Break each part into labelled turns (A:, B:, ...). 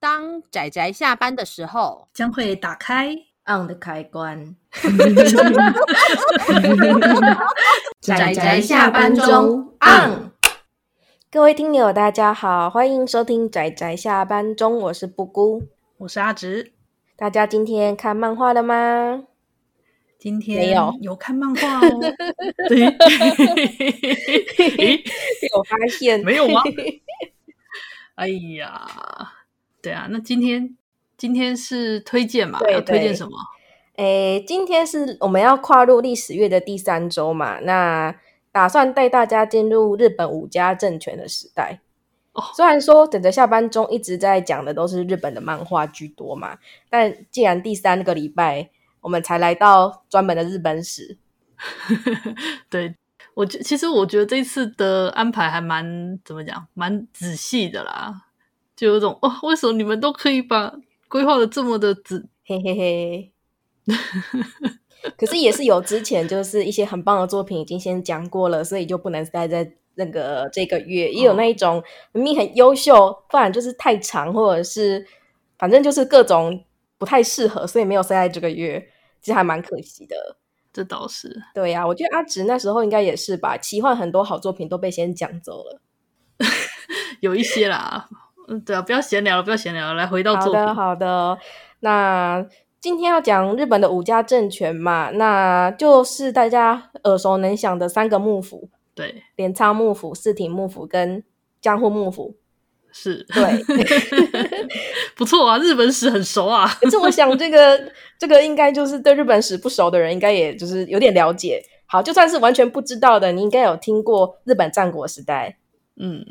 A: 当仔仔下班的时候，
B: 将会打 开
C: on 的开关。
A: 宅宅下班中 on
C: 各位听友，大家好，欢迎收听《宅宅下班中》，我是布姑。
B: 我是阿直。
C: 大家今天看漫画了吗？
B: 今天
C: 没有
B: 有看漫画哦，对，
C: 有发现
B: 没 有吗？哎呀，对啊，那今天今天是推荐嘛？
C: 对
B: 要推荐
C: 对
B: 什么？
C: 诶，今天是我们要跨入历史月的第三周嘛，那打算带大家进入日本五家政权的时代。
B: 哦
C: 虽然说等着下班中一直在讲的都是日本的漫画居多嘛，但既然第三个礼拜我们才来到专门的日本史，
B: 对我觉，其实我觉得这次的安排还蛮怎么讲，蛮仔细的啦，就有种哦，为什么你们都可以把规划的这么的仔？
C: 嘿嘿嘿。 可是也是有之前就是一些很棒的作品已经先讲过了，所以就不能待在那个这个月。也有那一种明明很优秀，不然就是太长，或者是反正就是各种不太适合，所以没有塞在这个月，其实还蛮可惜的。
B: 这倒是，
C: 对呀、我觉得阿直那时候应该也是吧，奇幻很多好作品都被先讲走了。
B: 有一些啦，嗯，对啊，不要闲聊了，不要闲聊了，来回到
C: 好
B: 作品。
C: 的，好的。那今天要讲日本的五家政权嘛，那就是大家耳熟能详的三个幕府：
B: 对，
C: 镰仓幕府、四町幕府跟江户幕府。
B: 是
C: 对，
B: 不错啊，日本史很熟啊。
C: 可是我想这个 这个应该就是对日本史不熟的人，应该也就是有点了解。好，就算是完全不知道的，你应该有听过日本战国时代。
B: 嗯，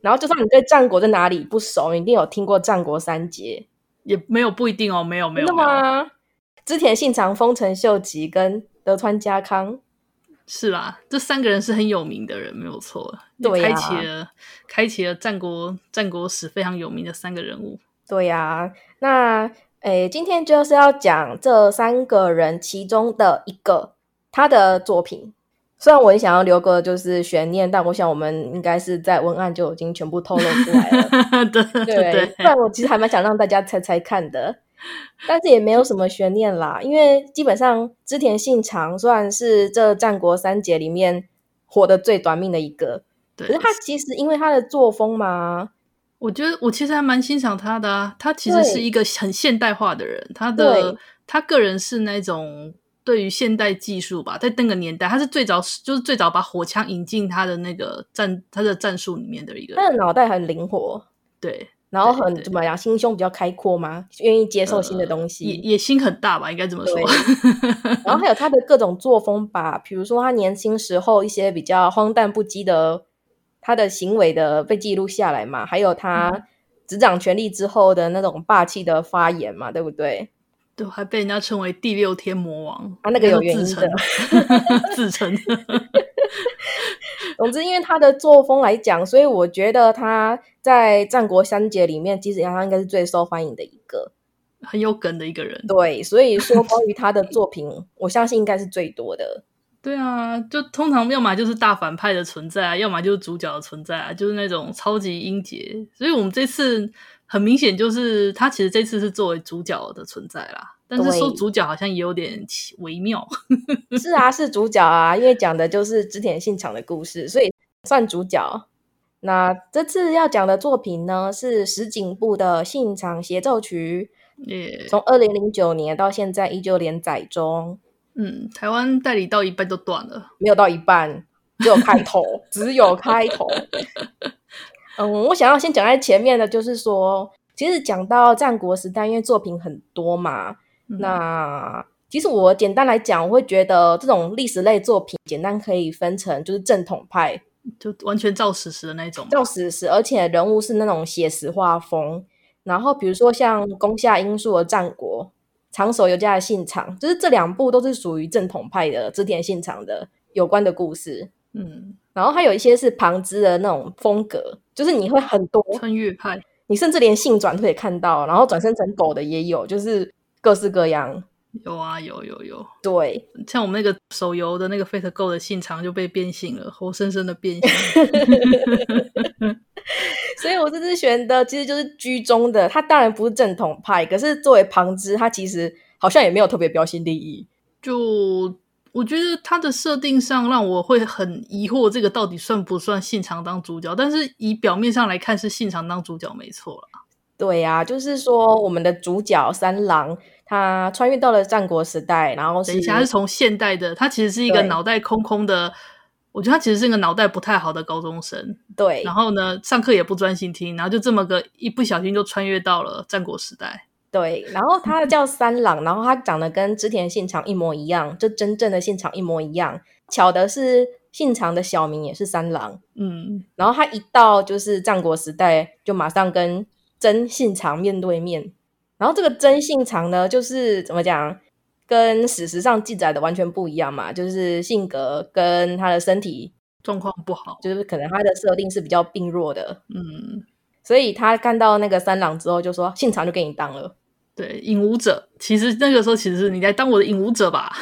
C: 然后，就算你对战国在哪里不熟，你一定有听过战国三杰。
B: 也没有不一定哦，没有没
C: 真
B: 有。
C: 的
B: 没有
C: 吗？织田信长、丰臣秀吉跟德川家康，
B: 是啦，这三个人是很有名的人，没有错。就
C: 对呀
B: 开启了开启了战国战国史非常有名的三个人物。
C: 对呀、那诶，今天就是要讲这三个人其中的一个他的作品。虽然我很想要留个就是悬念，但我想我们应该是在文案就已经全部透露出 来了。
B: 对对
C: 啊对，不然我其实还蛮想让大家猜猜看的，但是也没有什么悬念啦，因为基本上织田信长虽然是这战国三杰里面活得最短命的一个，
B: 对
C: 可是他其实因为他的作风嘛，
B: 我觉得我其实还蛮欣赏他的啊，他其实
C: 对
B: 是一个很现代化的人，他的
C: 对
B: 他个人是那种对于现代技术吧，在那个年代，他是最早就是最早把火枪引进他的那个战他的战术里面的一个人，
C: 他的脑袋很灵活，
B: 对，
C: 然后
B: 对
C: 很
B: 对
C: 怎么讲，心胸比较开阔嘛，愿意接受新的
B: 呃
C: 东
B: 也
C: 西。
B: 也心很大吧，应该这么 说。
C: 然后还有他的各种作风吧，比如说他年轻时候一些比较荒诞不羁的他的行为的被记录下来嘛，还有
B: 嗯
C: 他执掌权力之后的那种霸气的发言嘛，对不对？
B: 对，还被人家称为第六天魔王
C: 啊那个有原因
B: 自称
C: 的，
B: 自称
C: 总之，因为他的作风来讲，所以我觉得他在战国三杰里面，基本上他应该是最受欢迎的一个。
B: 很有梗的一个人。
C: 对，所以说关于他的作品，我相信应该是最多的。
B: 对啊，就通常要么就是大反派的存在啊，要么就是主角的存在啊，就是那种超级英杰。所以我们这次很明显就是他其实这次是作为主角的存在啦，但是说
C: 对
B: 主角好像也有点奇微妙。
C: 是啊，是主角啊，因为讲的就是织田信长的故事，所以算主角。那这次要讲的作品呢，是石井部的《信长协奏曲
B: 也、》，
C: 从二零零九年到现在依旧连载中，
B: 嗯，台湾代理到一半就断了。
C: 没有到一半，只有开头，只有开头。嗯，我想要先讲在前面的，就是说，其实讲到战国时代，因为作品很多嘛，
B: 嗯
C: 那其实我简单来讲，我会觉得这种历史类作品简单可以分成就是正统派、
B: 就完全照史实的那种嘛。
C: 照史实，而且人物是那种写实画风。然后比如说像宫下英树的《战国》，长手由家的《信长》，就是这两部都是属于正统派的织田信长的有关的故事。
B: 嗯，
C: 然后还有一些是旁支的那种风格，就是你会很多，
B: 穿越派。
C: 你甚至连性转都可以看到，然后转身成狗的也有，就是各式各样。
B: 有啊，有有有，
C: 对，
B: 像我们那个手游的那个 Fate Go 的信长就被变性了，活生生的变性。
C: 所以我这次选的其实就是居中的，他当然不是正统派，可是作为旁支，他其实好像也没有特别标新立异。
B: 就我觉得他的设定上让我会很疑惑，这个到底算不算信长当主角？但是以表面上来看，是信长当主角没错啦。
C: 对呀、就是说我们的主角三郎，他穿越到了战国时代，然后
B: 等
C: 是
B: 一下，他是从现代的，他其实是一个
C: 对
B: 脑袋空空的，我觉得他其实是一个脑袋不太好的高中生。
C: 对
B: 然后呢，上课也不专心听，然后就这么个一不小心就穿越到了战国时代。
C: 对，然后他叫三郎，然后他长得跟织田信长一模一样，就真正的信长一模一样。巧的是，信长的小名也是三郎，
B: 嗯，
C: 然后他一到就是战国时代，就马上跟真信长面对面。然后这个真信长呢，就是怎么讲，跟史实上记载的完全不一样嘛，就是性格跟他的身体，
B: 状况不好。
C: 就是可能他的设定是比较病弱的，
B: 嗯，
C: 所以他看到那个三郎之后，就说信长就给你当了。
B: 对，影舞者，其实那个时候其实是你来当我的影舞者吧。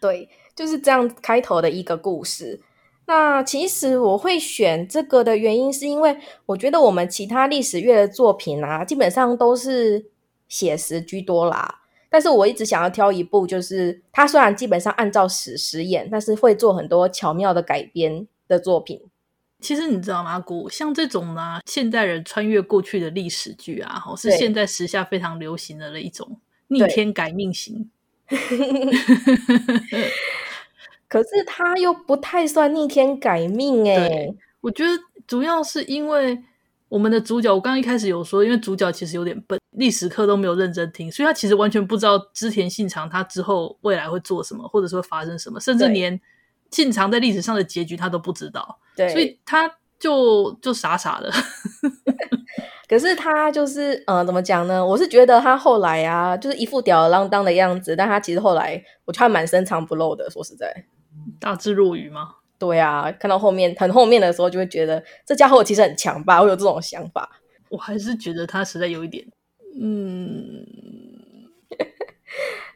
C: 对，就是这样开头的一个故事。那其实我会选这个的原因，是因为我觉得我们其他历史乐的作品啊，基本上都是写实居多啦。但是我一直想要挑一部，就是它虽然基本上按照史实演，但是会做很多巧妙的改编的作品。
B: 其实你知道吗，古像这种呢、现代人穿越过去的历史剧啊，吼是
C: 对
B: 现在时下非常流行的一种逆
C: 对
B: 天改命型。
C: 可是它又不太算逆天改命欸诶、
B: 对我觉得主要是因为我们的主角，我刚刚一开始有说，因为主角其实有点笨，历史课都没有认真听，所以他其实完全不知道织田信长他之后未来会做什么，或者说发生什么，甚至
C: 对
B: 连信长在历史上的结局他都不知道，
C: 对，
B: 所以他就就傻傻的。
C: 可是他就是，呃，怎么讲呢？我是觉得他后来啊，就是一副吊儿郎当的样子，但他其实后来，我觉得他蛮深藏不露的。说实在，
B: 大智若愚吗？
C: 对啊，看到后面很后面的时候，就会觉得这家伙其实很强吧，我有这种想法。
B: 我还是觉得他实在有一点，嗯，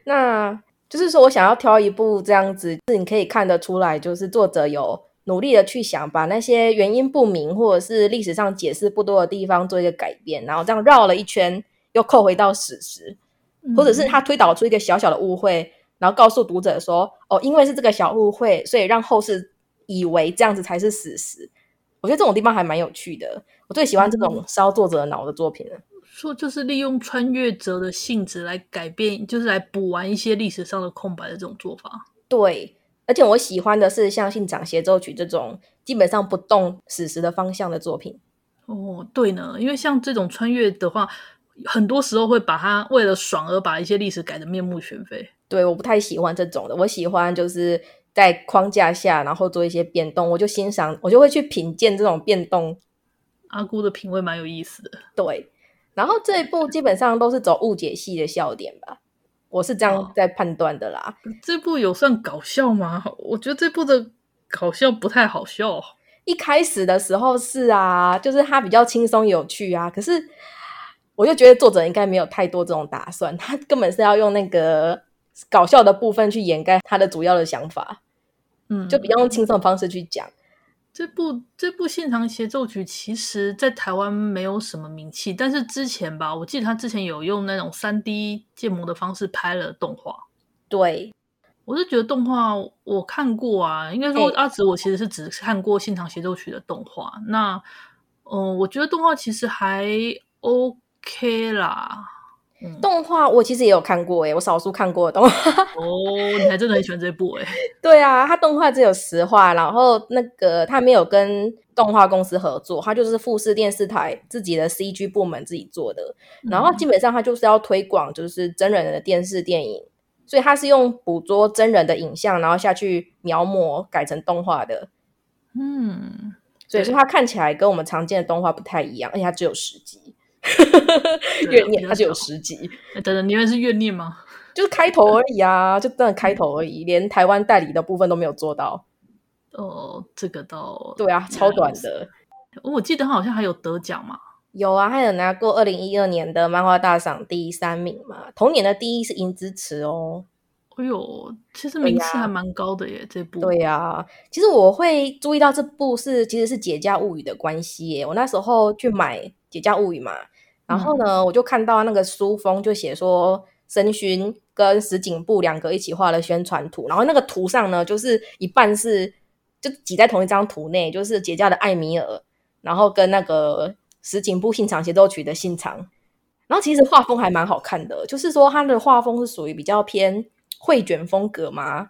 C: 那就是说我想要挑一部这样子，是你可以看得出来，就是作者有努力的去想把那些原因不明或者是历史上解释不多的地方做一个改变，然后这样绕了一圈，又扣回到史实。
B: 嗯
C: 或者是他推导出一个小小的误会，然后告诉读者说：“哦，因为是这个小误会，所以让后世以为这样子才是史实。”我觉得这种地方还蛮有趣的，我最喜欢这种烧作者的脑的作品了。
B: 说就是利用穿越者的性质来改变，就是来补完一些历史上的空白的这种做法。
C: 对，而且我喜欢的是像《信长协奏曲》这种基本上不动史实的方向的作品。
B: 哦，对呢，因为像这种穿越的话，很多时候会把它为了爽而把一些历史改得面目全非。
C: 对，我不太喜欢这种的，我喜欢就是在框架下，然后做一些变动，我就欣赏，我就会去品鉴这种变动
B: 阿姑的品味蛮有意思的，
C: 对，然后这一部基本上都是走误解系的笑点吧，我是这样
B: 哦
C: 在判断的啦。
B: 这部有算搞笑吗？我觉得这部的搞笑不太好笑。
C: 一开始的时候是啊，就是它比较轻松有趣啊，可是我就觉得作者应该没有太多这种打算，他根本是要用那个搞笑的部分去掩盖他的主要的想法，
B: 嗯，
C: 就比较用轻松的方式去讲。
B: 这部这部《现场协奏曲》其实在台湾没有什么名气，但是之前吧，我记得他之前有用那种三 D 建模的方式拍了动画。
C: 对，
B: 我是觉得动画我看过啊，应该说
C: 哎
B: 阿紫我其实是只看过《现场协奏曲》的动画。那嗯、呃我觉得动画其实还 OK 啦。嗯，
C: 动画我其实也有看过诶、欸我少数看过的动画。
B: 哦，你还真的很喜欢这部欸诶、
C: 对啊，他动画只有十话，然后那个他没有跟动画公司合作，他就是富士电视台自己的 CG 部门自己做的。 然
B: 嗯
C: 后基本上他就是要推广就是真人的电视电影，所以他是用捕捉真人的影像，然后下去描摹改成动画的。
B: 嗯，
C: 所以
B: 对
C: 说它看起来跟我们常见的动画不太一样，而且它只有十集，
B: 对
C: 越
B: 啊
C: 念
B: 比较
C: 它只有
B: 少
C: 十集，
B: 哎等等，你原来是怨念吗？
C: 就是开头而已啊，就真的开头而已，连台湾代理的部分都没有做到。
B: 哦，这个倒
C: 对啊，超短的。
B: 我记得他好像还有得奖嘛。
C: 有啊，他有拿过二零一二年的漫画大赏第三名嘛，同年的第一是银之池哦。
B: 哎呦，其实名次还蛮高的耶，这部。
C: 对呀、其实我会注意到这部是其实是《解家物语》的关系耶。我那时候去买《解家物语》嘛，然后呢，我就看到那个书封就写说，申勋跟石井部两个一起画了宣传图，然后那个图上呢，就是一半是就挤在同一张图内，就是解家的艾米尔，然后跟那个石井部信长协奏曲的信长。然后其实画风还蛮好看的，就是说他的画风是属于比较偏绘卷风格嘛，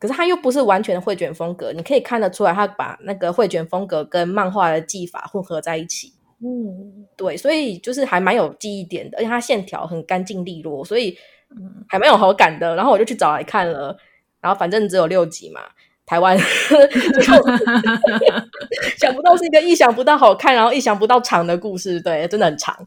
C: 可是他又不是完全的绘卷风格，你可以看得出来他把那个绘卷风格跟漫画的技法混合在一起。
B: 嗯，
C: 对，所以就是还蛮有记忆点的，而且它线条很干净利落，所以还蛮有好感的。然后我就去找来看了，然后反正只有六集嘛，台湾就是 想不到是一个意想不到好看，然后意想不到长的故事，对，真的很长。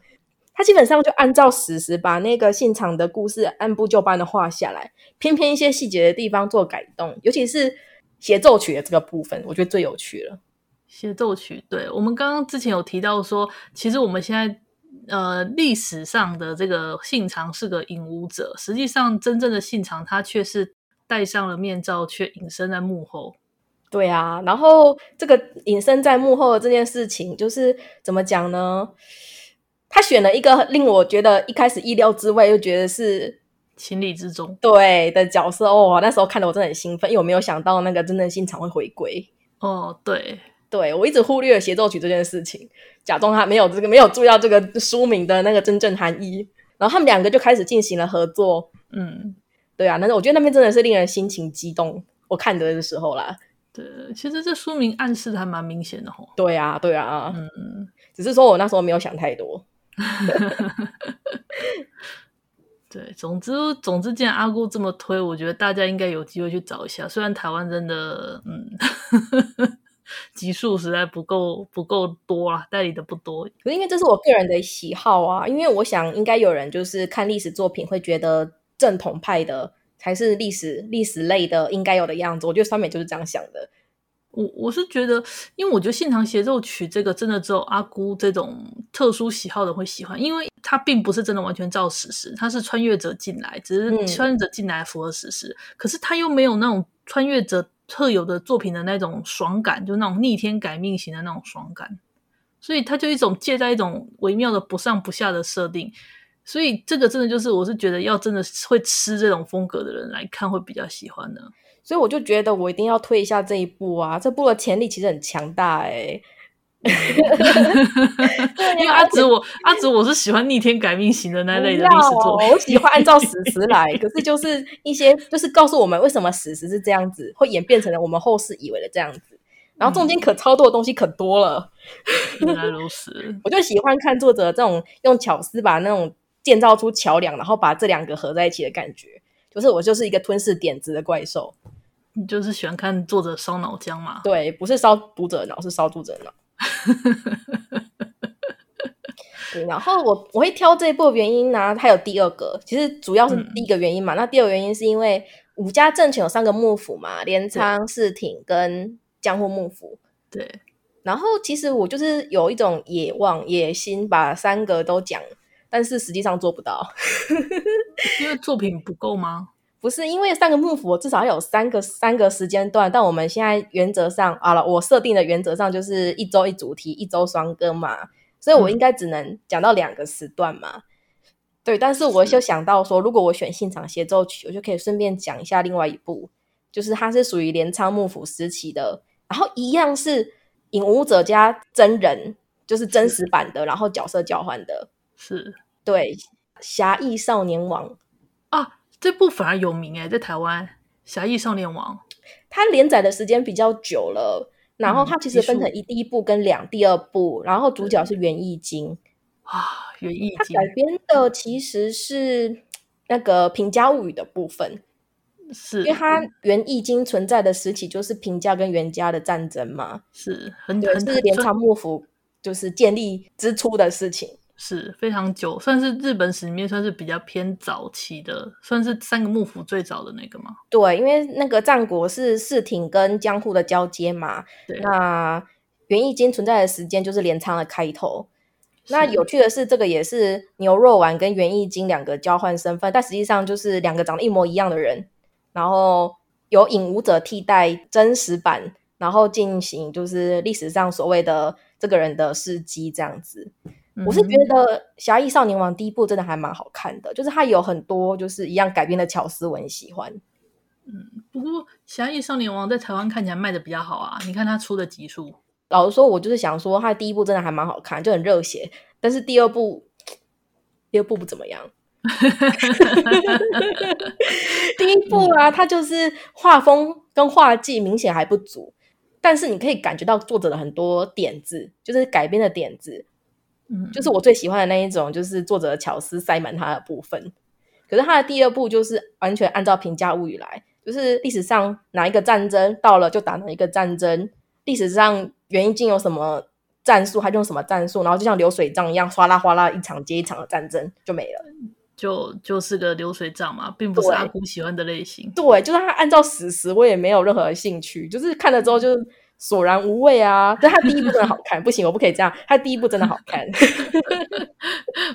C: 它基本上就按照史实把那个现场的故事按部就班的画下来，偏偏一些细节的地方做改动，尤其是协奏曲的这个部分，我觉得最有趣了。
B: 协奏曲，对我们刚刚之前有提到说，其实我们现在呃历史上的这个信长是个影武者，实际上真正的信长他却是戴上了面罩，却隐身在幕后。
C: 对啊，然后这个隐身在幕后的这件事情，就是怎么讲呢？他选了一个令我觉得一开始意料之外，又觉得是
B: 情理之中
C: 对的角色哦。那时候看的我真的很兴奋，因为我没有想到那个真正信长会回归。
B: 哦，对，
C: 对我一直忽略了协奏曲这件事情，假装他没有这个没有注意到这个书名的那个真正含义。然后他们两个就开始进行了合作，
B: 嗯，
C: 对啊，但是我觉得那边真的是令人心情激动。我看的时候啦，
B: 对，其实这书名暗示的还蛮明显的吼。
C: 对啊，对啊，
B: 嗯嗯，
C: 只是说我那时候没有想太多。
B: 对，总之总之，既然阿姑这么推，我觉得大家应该有机会去找一下。虽然台湾真的，嗯， 集数实在不够不够多啦，代理的不多。
C: 可是因为这是我个人的喜好啊，因为我想应该有人就是看历史作品会觉得正统派的才是历史历史类的应该有的样子，我觉得酸美就是这样想的。
B: 我我是觉得，因为我觉得《信长协奏曲》这个真的只有阿姑这种特殊喜好的会喜欢，因为它并不是真的完全照史实，它是穿越者进来，只
C: 嗯
B: 是穿越者进来符合史实，可是它又没有那种穿越者特有的作品的那种爽感，就那种逆天改命型的那种爽感，所以它就一种借在一种微妙的不上不下的设定。所以这个真的就是，我是觉得要真的会吃这种风格的人来看会比较喜欢的。
C: 所以我就觉得我一定要推一下这一部啊，这部的潜力其实很强大哎、 啊
B: 因为阿紫我阿紫我是喜欢逆天改命型的那类的历
C: 不要
B: 史作品，
C: 哦我喜欢按照史实 来，可是就是一些就是告诉我们为什么史实是这样子，会演变成了我们后世以为的这样子。然后中间可
B: 嗯
C: 操作的东西可多了，
B: 原来啊如此。
C: 我就喜欢看作者这种用巧思把那种建造出桥梁，然后把这两个合在一起的感觉。就是我就是一个吞噬点子的怪兽，
B: 你就是喜欢看作者烧脑浆嘛？
C: 对，不是烧读者脑，是烧读者脑。对，然后我我会挑这一部的原因呢、还有第二个，其实主要是
B: 嗯
C: 第一个原因嘛。那第二个原因是因为武家政权有三个幕府嘛，镰仓、室町跟江户幕府。
B: 对，
C: 然后其实我就是有一种野望、野心，把三个都讲，但是实际上做不到。
B: 因为作品不够吗？
C: 不是因为三个幕府，我至少要有三个三个时间段，但我们现在原则上啊了，我设定的原则上就是一周一主题，一周双更嘛，所以我
B: 嗯
C: 应该只能讲到两个时段嘛。对，但是我就想到说，如果我选现场协奏曲，我就可以顺便讲一下另外一部，就是它是属于镰仓幕府时期的，然后一样是影武者加真人，就是真实版的，然后角色交换的。
B: 是
C: 对，《侠义少年王》
B: 啊，这部反而有名欸诶，在台湾《侠义少年王》
C: 它连载的时间比较久了，然
B: 嗯
C: 后它其实分成一第一部跟两第二部，然后主角是袁义经，
B: 啊，园艺
C: 它
B: 经
C: 改编的其实是那个平家物语的部分，
B: 是嗯
C: 因为它袁义经存在的时期就是平家跟袁家的战争嘛，
B: 是很
C: 对，
B: 很
C: 是镰
B: 很
C: 仓幕府就是建立之初的事情。
B: 是非常久，算是日本史里面算是比较偏早期的，算是三个幕府最早的那个嘛。
C: 对，因为那个战国是室町跟江户的交接嘛，
B: 对，
C: 那袁义经存在的时间就是镰仓的开头，那有趣的是，这个也是牛肉丸跟袁义经两个交换身份，但实际上就是两个长得一模一样的人，然后由影舞者替代真实版，然后进行就是历史上所谓的这个人的事迹这样子。
B: 嗯
C: 我是觉得《侠义少年王》第一部真的还蛮好看的，就是它有很多就是一样改编的巧思，我很喜欢。
B: 嗯，不过《侠义少年王》在台湾看起来卖的比较好啊，你看他出的集数，
C: 老实说，我就是想说，它第一部真的还蛮好看，就很热血，但是第二部，第二部不怎么样。 第一部啊，它就是画风跟画技明显还不足，但是你可以感觉到作者的很多点子，就是改编的点子。
B: 嗯，
C: 就是我最喜欢的那一种，就是作者巧思塞满它的部分。可是它的第二部就是完全按照《平价物语》来，就是历史上哪一个战争到了就打哪一个战争，历史上袁一经有什么战术，他就用什么战术，然后就像流水账一样，哗啦哗啦一场接一场的战争就没了。
B: 就就是个流水账嘛，并不是
C: 对
B: 阿姑喜欢的类型。
C: 对，就是他按照史实，我也没有任何兴趣，就是看了之后就是 索然无味啊。但他第一部真的好看，不行，我不可以这样。他第一部真的好看。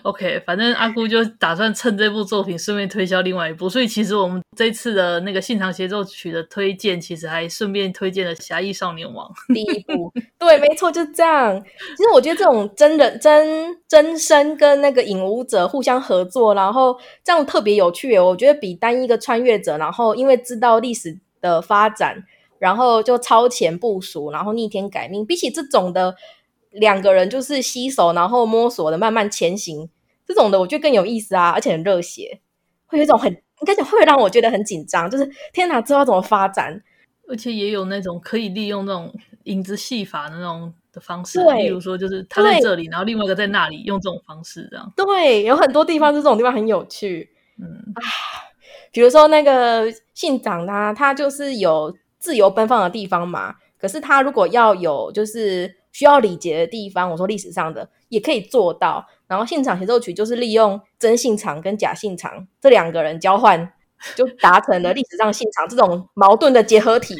B: OK，反正阿姑就打算趁这部作品顺便推销另外一部，所以其实我们这次的那个现场协奏曲的推荐，其实还顺便推荐了《侠义少年王》。
C: 第一步，对，没错，就是这样。其实我觉得这种真人真真身跟那个影舞者互相合作，然后这样特别有趣耶。我觉得比单一个穿越者，然后因为知道历史的发展，然后就超前部署，然后逆天改命，比起这种的两个人就是携手，然后摸索的慢慢前行，这种的我觉得更有意思啊，而且很热血，会有一种很应该讲会让我觉得很紧张，就是天哪，之后要怎么发展？
B: 而且也有那种可以利用那种影子戏法的那种的方式，
C: 对
B: 例如说就是他在
C: 对
B: 这里，然后另外一个在那里，用这种方式这样。
C: 对，有很多地方就这种地方很有趣。
B: 嗯，
C: 比如说那个信长他他就是有自由奔放的地方嘛，可是他如果要有就是需要礼节的地方，我说历史上的也可以做到。然后现场协奏曲就是利用真信长跟假信长这两个人交换， 就达成了历史上信长这种矛盾的结合体。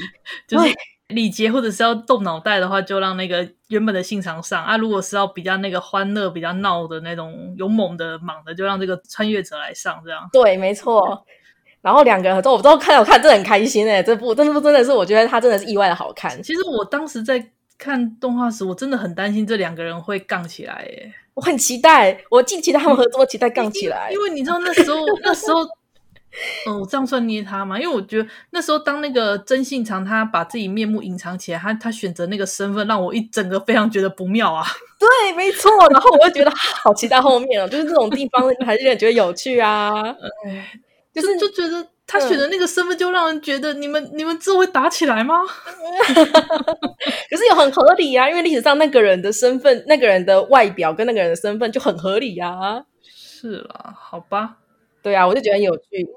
B: 就是 礼节或者是要动脑袋的话，就让那个原本的信长上啊；如果是要比较那个欢乐、比较闹的那种勇猛的、莽的，就让这个穿越者来上这样。
C: 对，没错。然后两个人合作，我都看我看真的很开心哎、这部这部真的是我觉得它真的是意外的好看。
B: 其实我当时在看动画时，我真的很担心这两个人会杠起来耶，
C: 我很期待，我既期待他们合作，期待杠起来
B: 因。为你知道那时候那时候。嗯，我这样算捏他嘛？因为我觉得那时候当那个真信长他把自己面目隐藏起来，他他选择那个身份，让我一整个非常觉得不妙啊！
C: 对，没错。然后我就觉得啊好期待后面哦，就是这种地方 还是觉得有趣啊。就是
B: 就就觉得他选的那个身份，就让人觉得你们你们这会打起来吗？
C: 可是又很合理啊，因为历史上那个人的身份、那个人的外表跟那个人的身份就很合理啊。
B: 是啦，好吧。
C: 对啊，我就觉得很有趣。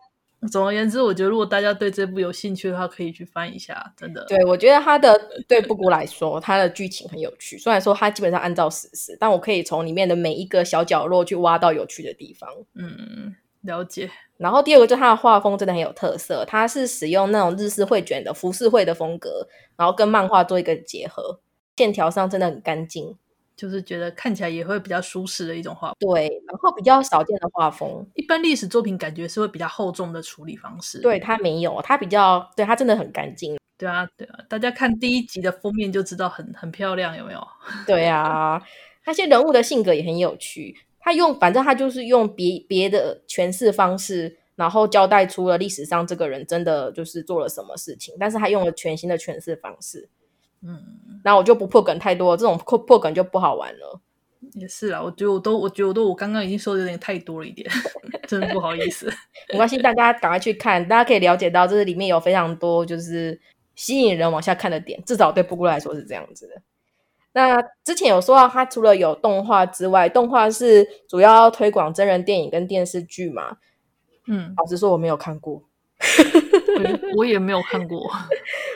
B: 总而言之，我觉得如果大家对这部有兴趣的话，可以去翻一下，真的。
C: 对，我觉得他的对布谷来说，他的剧情很有趣。虽然说他基本上按照史实，但我可以从里面的每一个小角落去挖到有趣的地方。
B: 嗯，了解。
C: 然后第二个就是它的画风真的很有特色，它是使用那种日式绘卷的浮世绘的风格，然后跟漫画做一个结合，线条上真的很干净。
B: 就是觉得看起来也会比较舒适的一种画风。
C: 对，然后比较少见的画风，
B: 一般历史作品感觉是会比较厚重的处理方式。
C: 对它没有，它比较对它真的很干净。
B: 对啊，对啊，大家看第一集的封面就知道很很漂亮，有没有？
C: 对啊，那些人物的性格也很有趣，他用反正他就是用别别的诠释方式。然后交代出了历史上这个人真的就是做了什么事情，但是他用了全新的诠释方式。
B: 嗯，
C: 然后我就不破梗太多了，这种破破梗就不好玩了。
B: 也是啦。我觉得我都，我觉得我都，我刚刚已经说的有点太多了一点， 真的不好意思。
C: 没关系，大家赶快去看，大家可以了解到，这里面有非常多就是吸引人往下看的点，至少对布谷来说是这样子的。那之前有说到，它除了有动画之外，动画是主要推广真人电影跟电视剧嘛。
B: 嗯，
C: 老实说，我没有看过，
B: 我我也没有看过。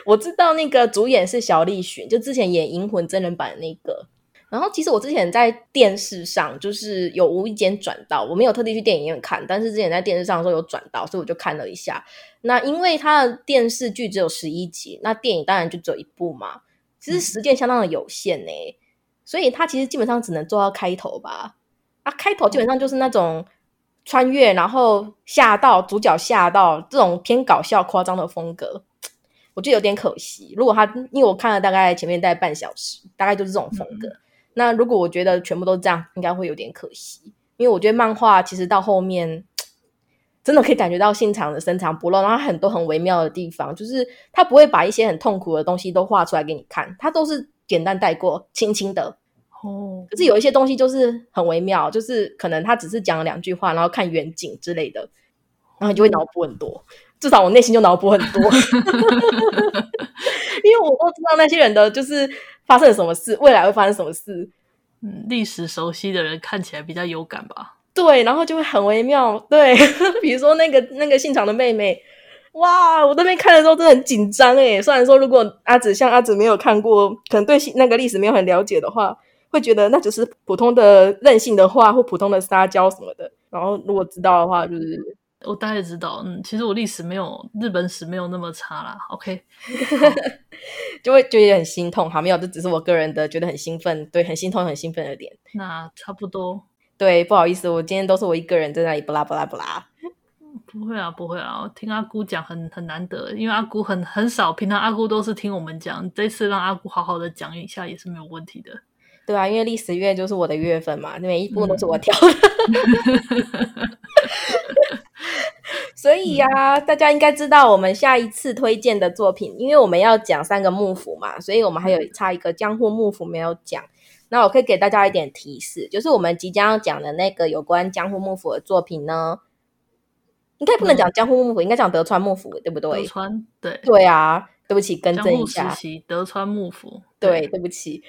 C: 我知道那个主演是小栗旬，就之前演《银魂》真人版的那个。然后其实我之前在电视上就是有无意间转到，我没有特地去电影院看，但是之前在电视上的时候有转到，所以我就看了一下。那因为它的电视剧只有十一集，那电影当然就只有一部嘛，其实时间相当的有限呢、欸所以他其实基本上只能做到开头吧。啊，开头基本上就是那种穿越，然后吓到主角吓到这种偏搞笑夸张的风格，我觉得有点可惜。如果他因为我看了大概前面大概半小时，大概就是这种风格。嗯、那如果我觉得全部都这样，应该会有点可惜。因为我觉得漫画其实到后面真的可以感觉到现场的深藏不露，然后很多很微妙的地方，就是他不会把一些很痛苦的东西都画出来给你看，他都是简单带过，轻轻的。
B: 哦，
C: 可是有一些东西就是很微妙，就是可能他只是讲了两句话，然后看远景之类的，然后你就会脑补很多。至少我内心就脑补很多， 因为我都知道那些人的就是发生了什么事，未来会发生什么事。
B: 嗯，历史熟悉的人看起来比较有感吧？
C: 对，然后就会很微妙。对， 比如说那个那个现场的妹妹，哇，我那边看的时候真的很紧张哎。虽然说如果阿紫像阿紫没有看过，可能对那个历史没有很了解的话，会觉得那只是普通的任性的话或普通的撒娇什么的。然后如果知道的话，就是
B: 我大概知道，嗯，其实我历史没有日本史没有那么差啦。OK，
C: 就会觉得很心痛。好，没有，这只是我个人的觉得很兴奋，对，很心痛、很兴奋的点。
B: 那差不多。
C: 对，不好意思，我今天都是我一个人在那里不啦不啦不啦。
B: 不会啊，不会啊，我听阿姑讲很很难得，因为阿姑很很少，平常阿姑都是听我们讲，这次让阿姑好好的讲一下也是没有问题的。
C: 对啊，因为历史月就是我的月份嘛，每一部都是我挑的，嗯、 所以呀、啊，嗯、大家应该知道我们下一次推荐的作品，因为我们要讲三个幕府嘛，所以我们还有差一个江户幕府没有讲。那我可以给大家一点提示，就是我们即将要讲的那个有关江户幕府的作品呢，应该不能讲江户幕府，嗯、应该讲德川幕府，对不对？
B: 德川，对，
C: 对啊。对不起，更正一下。
B: 德川幕府。
C: 对，对不起，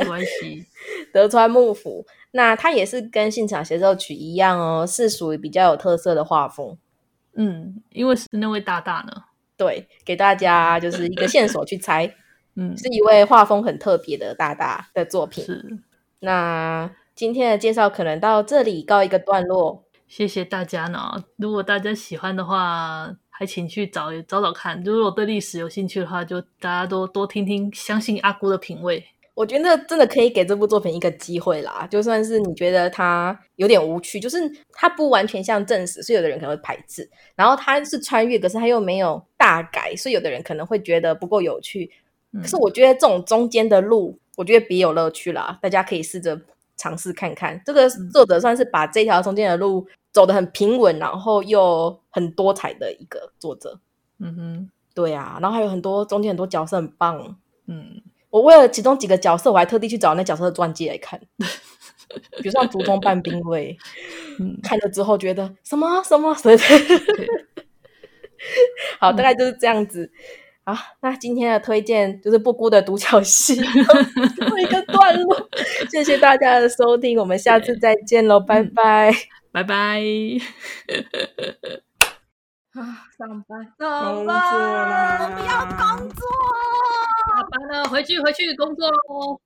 B: 没关系。
C: 德川幕府，那它也是跟现场协奏曲一样哦，是属于比较有特色的画风。
B: 嗯，因为是那位大大呢。
C: 对，给大家就是一个线索去猜。
B: 嗯，
C: 是一位画风很特别的大大的作品。
B: 是。
C: 那今天的介绍可能到这里告一个段落。
B: 谢谢大家呢，如果大家喜欢的话。还请去找找找看，如果对历史有兴趣的话，就大家多多听听，相信阿姑的品味。
C: 我觉得真的可以给这部作品一个机会啦，就算是你觉得它有点无趣，就是它不完全像正史，所以有的人可能会排斥。然后它是穿越，可是它又没有大改，所以有的人可能会觉得不够有趣。
B: 嗯
C: 可是我觉得这种中间的路，我觉得别有乐趣啦，大家可以试着尝试看看。这个作者算是把这条中间的路。走的很平稳，然后又很多彩的一个作者，
B: 嗯哼，
C: 对啊，然后还有很多中间很多角色很棒，
B: 嗯，
C: 我为了其中几个角色，我还特地去找那角色的传记来看，比如说竹中半兵卫，
B: 嗯，
C: 看了之后觉得什么什么什么， 好，大概就是这样子。好，那今天的推荐就是布姑的独角戏，做一个段落。谢谢大家的收听，我们下次再见喽，拜拜。
B: 拜拜！
C: 啊，上班，
A: 上班，
C: 我们要工作，
B: 下班了，回去，回去工作喽。